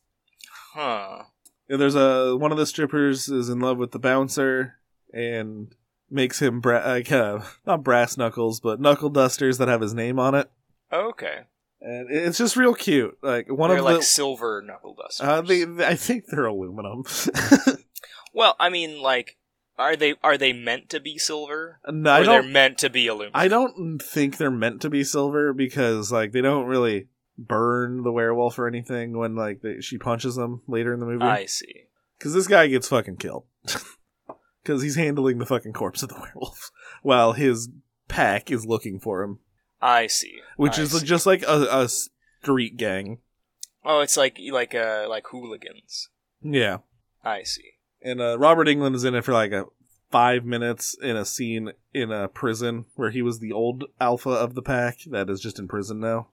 S3: huh.
S1: And there's a one of the strippers is in love with the bouncer and makes him bra- like uh, not brass knuckles, but knuckle dusters that have his name on it.
S3: Okay.
S1: And it- it's just real cute. Like one
S3: They're
S1: of
S3: like
S1: the.
S3: silver knuckle dusters.
S1: Uh, they, they- I think they're aluminum.
S3: well, I mean, like, are they are they meant to be silver?
S1: no,
S3: Or
S1: I
S3: they're
S1: don't
S3: meant to be aluminum.
S1: I don't think they're meant to be silver because like they don't really burn the werewolf or anything when like they, she punches them later in the movie
S3: I see.
S1: because this guy gets fucking killed because he's handling the fucking corpse of the werewolf while his pack is looking for him,
S3: I see.
S1: which
S3: I
S1: is
S3: see.
S1: just like a, a street gang.
S3: oh, it's like like uh like hooligans.
S1: Yeah,
S3: I see.
S1: and uh, Robert England is in it for like a five minutes in a scene in a prison where he was the old alpha of the pack that is just in prison now.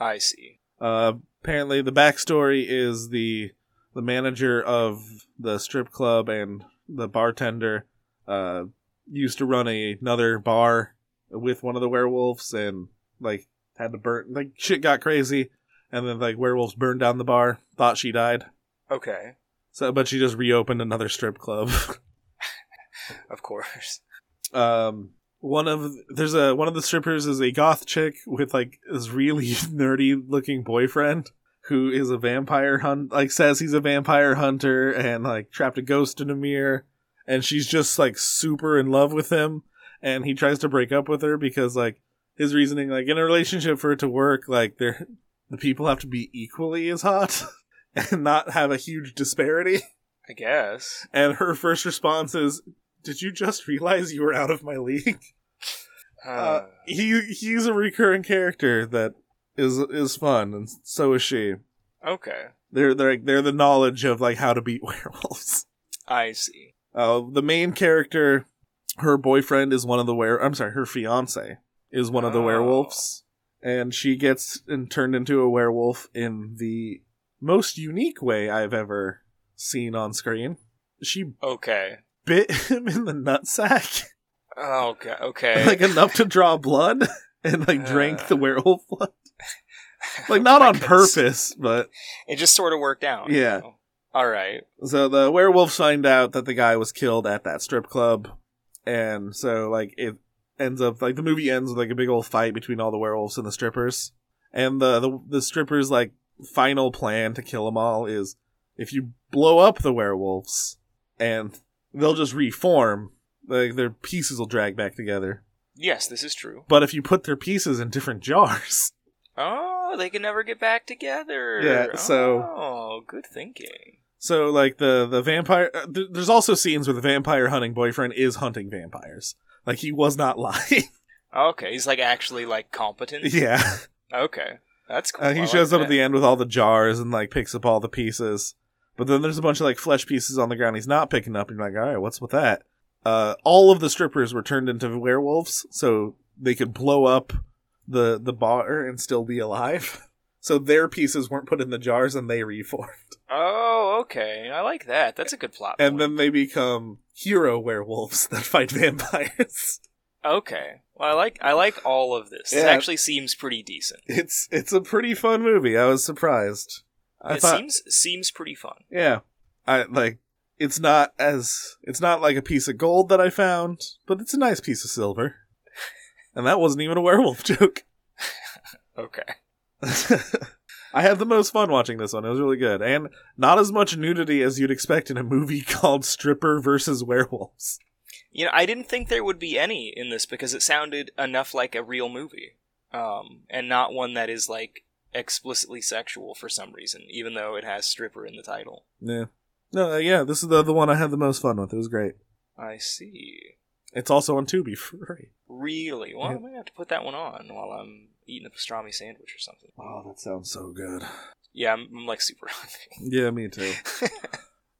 S3: I see.
S1: Uh, apparently, the backstory is the the manager of the strip club and the bartender uh, used to run a, another bar with one of the werewolves, and like had to burn like shit got crazy, and then like werewolves burned down the bar. Thought she died,
S3: Okay,
S1: so but she just reopened another strip club.
S3: of course.
S1: um one of there's a one of the strippers is a goth chick with like this really nerdy looking boyfriend who is a vampire hunt like says he's a vampire hunter and like trapped a ghost in a mirror and she's just like super in love with him and he tries to break up with her because like his reasoning like in a relationship for it to work like they're the people have to be equally as hot and not have a huge disparity
S3: I guess.
S1: and her first response is did you just realize you were out of my league
S3: Uh,
S1: uh, he he's a recurring character that is is fun, and so is she.
S3: okay,
S1: They're they're they're the knowledge of like how to beat werewolves.
S3: I see.
S1: Uh, the main character, her boyfriend is one of the were. I'm sorry, her fiance is one of the
S3: Oh.
S1: werewolves, and she gets and turned into a werewolf in the most unique way I've ever seen on screen. She
S3: Okay.
S1: bit him in the nutsack,
S3: Oh god. Okay.
S1: like enough to draw blood, and like drank the
S3: Uh.
S1: werewolf blood. like not
S3: I
S1: on
S3: guess.
S1: purpose, but
S3: It just sort of worked out.
S1: Yeah.
S3: you know? All right.
S1: so the werewolves find out that the guy was killed at that strip club, and so like it ends up like the movie ends with like a big old fight between all the werewolves and the strippers, and the the, the strippers like final plan to kill them all is if you blow up the werewolves and they'll just reform like their pieces will drag back together
S3: Yes, this is true.
S1: but if you put their pieces in different jars
S3: Oh, they can never get back together.
S1: Yeah, so-
S3: Oh, good thinking.
S1: So like the the vampire, uh, th- there's also scenes where the vampire hunting boyfriend is hunting vampires. Like he was not lying.
S3: Okay, he's like actually like competent.
S1: yeah,
S3: Okay, that's cool.
S1: uh, he
S3: Oh, I
S1: shows
S3: like
S1: up at the end with all the jars and like picks up all the pieces. But then there's a bunch of like flesh pieces on the ground he's not picking up, and you're like, all right, what's with that? Uh, all of the strippers were turned into werewolves, so they could blow up the the bar and still be alive. So their pieces weren't put in the jars, and they reform.
S3: that. Oh, okay. I like that. That's a good plot.
S1: And
S3: point.
S1: then they become hero werewolves that fight vampires.
S3: okay. Well, I like I like all of this. This
S1: Yeah.
S3: actually seems pretty decent.
S1: it's it's a pretty fun movie. I was surprised. I
S3: it
S1: thought,
S3: seems seems pretty fun.
S1: yeah, I like. It's not as it's not like a piece of gold that I found, but it's a nice piece of silver. And that wasn't even a werewolf joke.
S3: Okay.
S1: I had the most fun watching this one. It was really good, and not as much nudity as you'd expect in a movie called Stripper versus Werewolves.
S3: You know, I didn't think there would be any in this because it sounded enough like a real movie, um, and not one that is like explicitly sexual for some reason, even though it has stripper in the title.
S1: Yeah, no, uh, yeah, this is the the one I had the most fun with. It was great.
S3: I see.
S1: It's also on Tubi for free.
S3: Really? Well,
S1: Yeah.
S3: I might have to put that one on while I'm eating a pastrami sandwich or something.
S1: Oh, that sounds so good.
S3: Yeah, I'm, I'm like super hungry.
S1: Yeah, me too.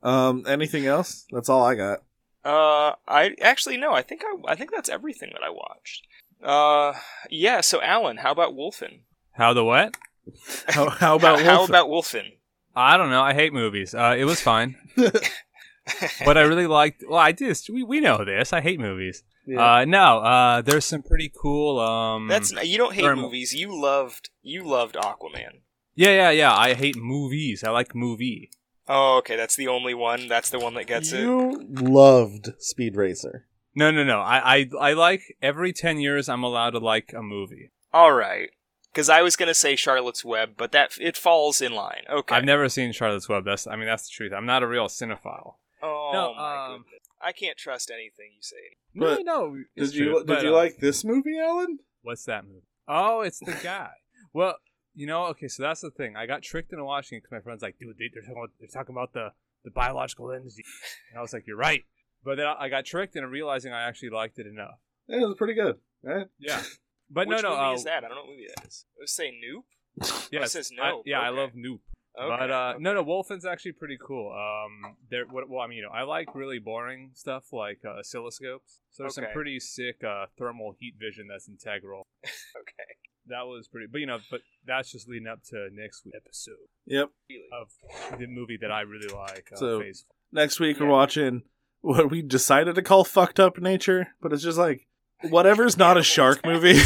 S1: Um, anything else? That's all I got.
S3: Uh, I actually no. I think I I think that's everything that I watched. Uh, yeah. So Alan, how about Wolfen?
S2: How the what?
S1: How, how about
S3: how, how
S1: Wolf-
S3: about Wolfen?
S2: I don't know. I hate movies. Uh, it was fine, but I really liked. Well, I do. We, we know this. I hate movies.
S1: Yeah.
S2: Uh, no. Uh, there's some pretty cool. Um,
S3: That's n- you don't hate
S2: Or-
S3: movies. You loved you loved Aquaman.
S2: yeah, yeah, yeah. I hate movies. I like movie.
S3: Oh, okay. That's the only one. That's the one that gets it.
S1: you loved Speed Racer.
S2: No, no, no. I, I, I like every ten years. I'm allowed to like a movie.
S3: All right. Because I was gonna say Charlotte's Web, but that it falls in line. Okay.
S2: I've never seen Charlotte's Web. That's. I mean, that's the truth. I'm not a real cinephile.
S3: oh
S2: No,
S3: my
S2: um,
S3: goodness. I can't trust anything you say.
S1: But
S2: no, no. it's
S1: Did you
S2: true,
S1: did
S2: but,
S1: you
S2: uh,
S1: like this movie, Alan?
S2: What's that movie? Oh, it's the guy. well, you know, okay, so that's the thing. I got tricked into watching it because my friend's like, dude, they, they're, talking about, they're talking about the, the biological entity. And I was like, you're right. But then I I got tricked into realizing I actually liked it enough.
S1: Yeah, it was pretty good. Right?
S2: Yeah. But
S3: Which
S2: no, no.
S3: movie
S2: uh,
S3: is that? I don't know what movie that is. Let's say Noop.
S2: yes,
S3: Oh, it says
S2: I-
S3: Nope.
S2: yeah, I
S3: Okay.
S2: love Noop.
S3: Okay.
S2: But uh, no, no, Wolfen's actually pretty cool. Um, there, what, well, I mean, you know, I like really boring stuff like uh, oscilloscopes. So there's some
S3: Okay.
S2: pretty sick uh, thermal heat vision that's integral.
S3: okay.
S2: that was pretty. But you know, but that's just leading up to next week's episode
S1: Yep.
S2: of the movie that I really like. Uh,
S1: So-
S2: Phase Four.
S1: Next week we're
S3: Yeah.
S1: watching what we decided to call "fucked up nature," but it's just like whatever's not a shark movie.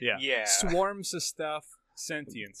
S2: yeah.
S3: Yeah.
S2: swarms of stuff, sentience,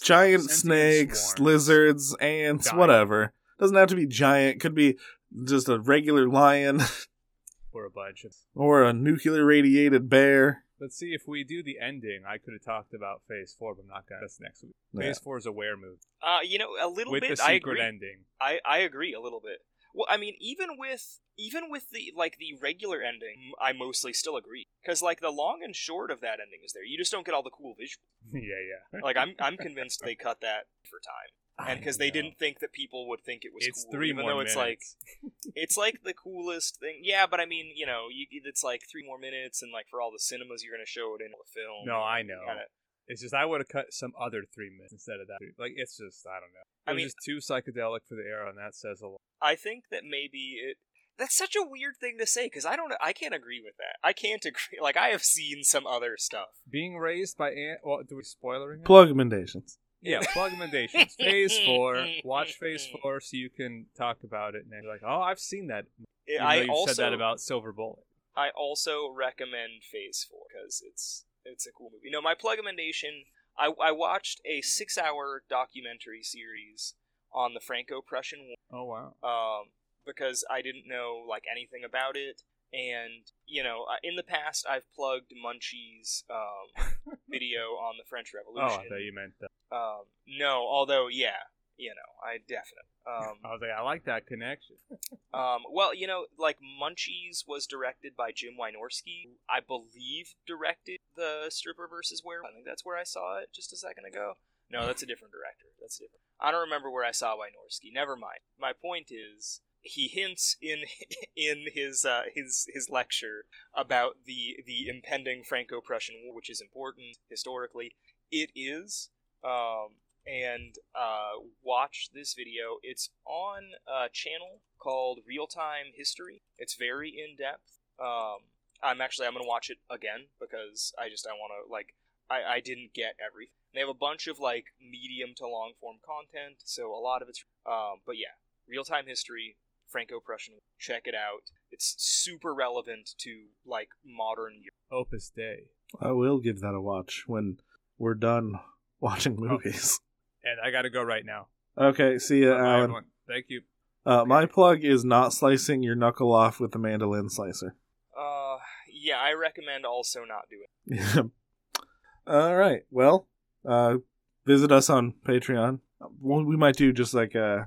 S1: giant snakes, lizards, ants,
S2: Giant.
S1: whatever. Doesn't have to be giant. Could be just a regular lion
S2: or a bunch of.
S1: or a nuclear radiated bear.
S2: Let's see if we do the ending. I could have talked about Phase Four, but I'm not gonna. That's next week.
S1: Yeah.
S2: Phase Four is a were movie
S3: Uh, you know, a little
S2: with
S3: bit.
S2: the
S3: I
S2: secret
S3: agree.
S2: ending.
S3: I, I agree a little bit. Well, I mean, even with even with the like the regular ending, I mostly still agree because like the long and short of that ending is there. You just don't get all the cool visuals.
S2: yeah, yeah.
S3: Like I'm I'm convinced they cut that for time and
S2: I
S3: because they
S2: know.
S3: didn't think that people would think it was.
S2: It's
S3: cool,
S2: three
S3: even
S2: more
S3: though it's like
S2: minutes.
S3: it's like the coolest thing. Yeah, but I mean, you know, you, it's like three more minutes, and like for all the cinemas you're gonna show it in the film.
S2: No, I
S3: you
S2: know.
S3: gotta-
S2: It's just I would have cut some other three minutes instead of that. Like it's just I don't know. It
S3: I
S2: was
S3: mean-
S2: just too psychedelic for the era, and that says a lot.
S3: I think that maybe it. That's such a weird thing to say because I don't. I can't agree with that. I can't agree. Like I have seen some other stuff.
S2: Being raised by ant. Well, do we spoilering? it?
S1: Plug recommendations.
S2: yeah, plug recommendations. phase four. Watch phase four so you can talk about it. And you're like, oh, I've seen that.
S3: It-
S2: Even though
S3: I
S2: you
S3: also
S2: said that about Silver Bullet.
S3: I also recommend Phase Four because it's it's a cool movie. No, my plug recommendation. I I watched a six hour documentary series on the Franco-Prussian War.
S2: Oh wow.
S3: um, because I didn't know like anything about it. And you know, I- in the past, I've plugged Munchie's um, video on the French
S2: Oh, I
S3: Revolution.
S2: thought you meant that.
S3: um, no, although yeah, you know, I definitely.
S2: I
S3: Um,
S2: was like, I like that connection.
S3: um, well, you know, like Munchies was directed by Jim Wynorski. who I believe directed the Stripper versus Where. I think that's where I saw it just a second ago. No, that's a different director. That's different. I don't remember where I saw Wynorski. Never mind. My point is he hints in in his uh, his his lecture about the the impending Franco-Prussian War, which is important historically. It is. Um, and uh, watch this video. It's on a channel called Real Time History. It's very in depth. Um, I'm actually I'm gonna watch it again because I just I want to like I I didn't get everything. They have a bunch of like medium to long form content, so a lot of it's um, but yeah, Real Time History. Franco-Prussian. Check it out. It's super relevant to like modern Europe.
S2: Opus Day.
S1: I will give that a watch when we're done watching movies.
S2: And I gotta go right now.
S1: Okay, see ya,
S2: Bye-bye,
S1: Alan.
S2: everyone. Thank you.
S1: Uh, my plug is not slicing your knuckle off with a mandolin slicer.
S3: Uh, yeah, I recommend also not doing.
S1: All right. Well, uh, visit us on Patreon. Well, we might do just like uh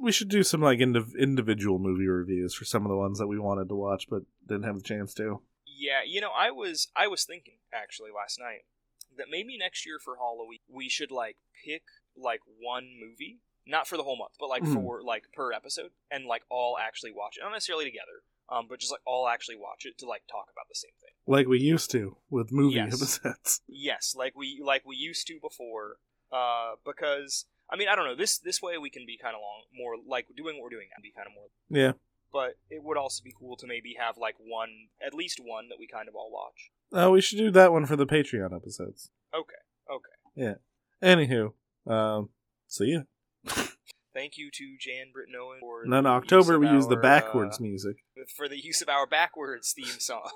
S1: We should do some like indiv- individual movie reviews for some of the ones that we wanted to watch but didn't have the chance to.
S3: Yeah, you know, I was I was thinking actually last night that maybe next year for Halloween we should like pick like one movie, not for the whole month, but like
S1: Mhm.
S3: for like per episode, and like all actually watch it, not necessarily together, um, but just like all actually watch it to like talk about the same thing.
S1: Like we used to with movie
S3: Yes.
S1: episodes.
S3: Yes, like we like we used to before, uh, because I mean I don't know this this way we can be kind of long more like doing what we're doing now be kind of more.
S1: Yeah.
S3: But it would also be cool to maybe have like one, at least one that we kind of all watch.
S1: Uh, we should do that one for the Patreon episodes.
S3: Okay, okay.
S1: Yeah. Anywho, um, see ya.
S3: Thank you to Jan Britton Owen for
S1: And then
S3: the
S1: October
S3: use
S1: we
S3: of
S1: use the
S3: our,
S1: backwards
S3: uh,
S1: music.
S3: for the use of our backwards theme song.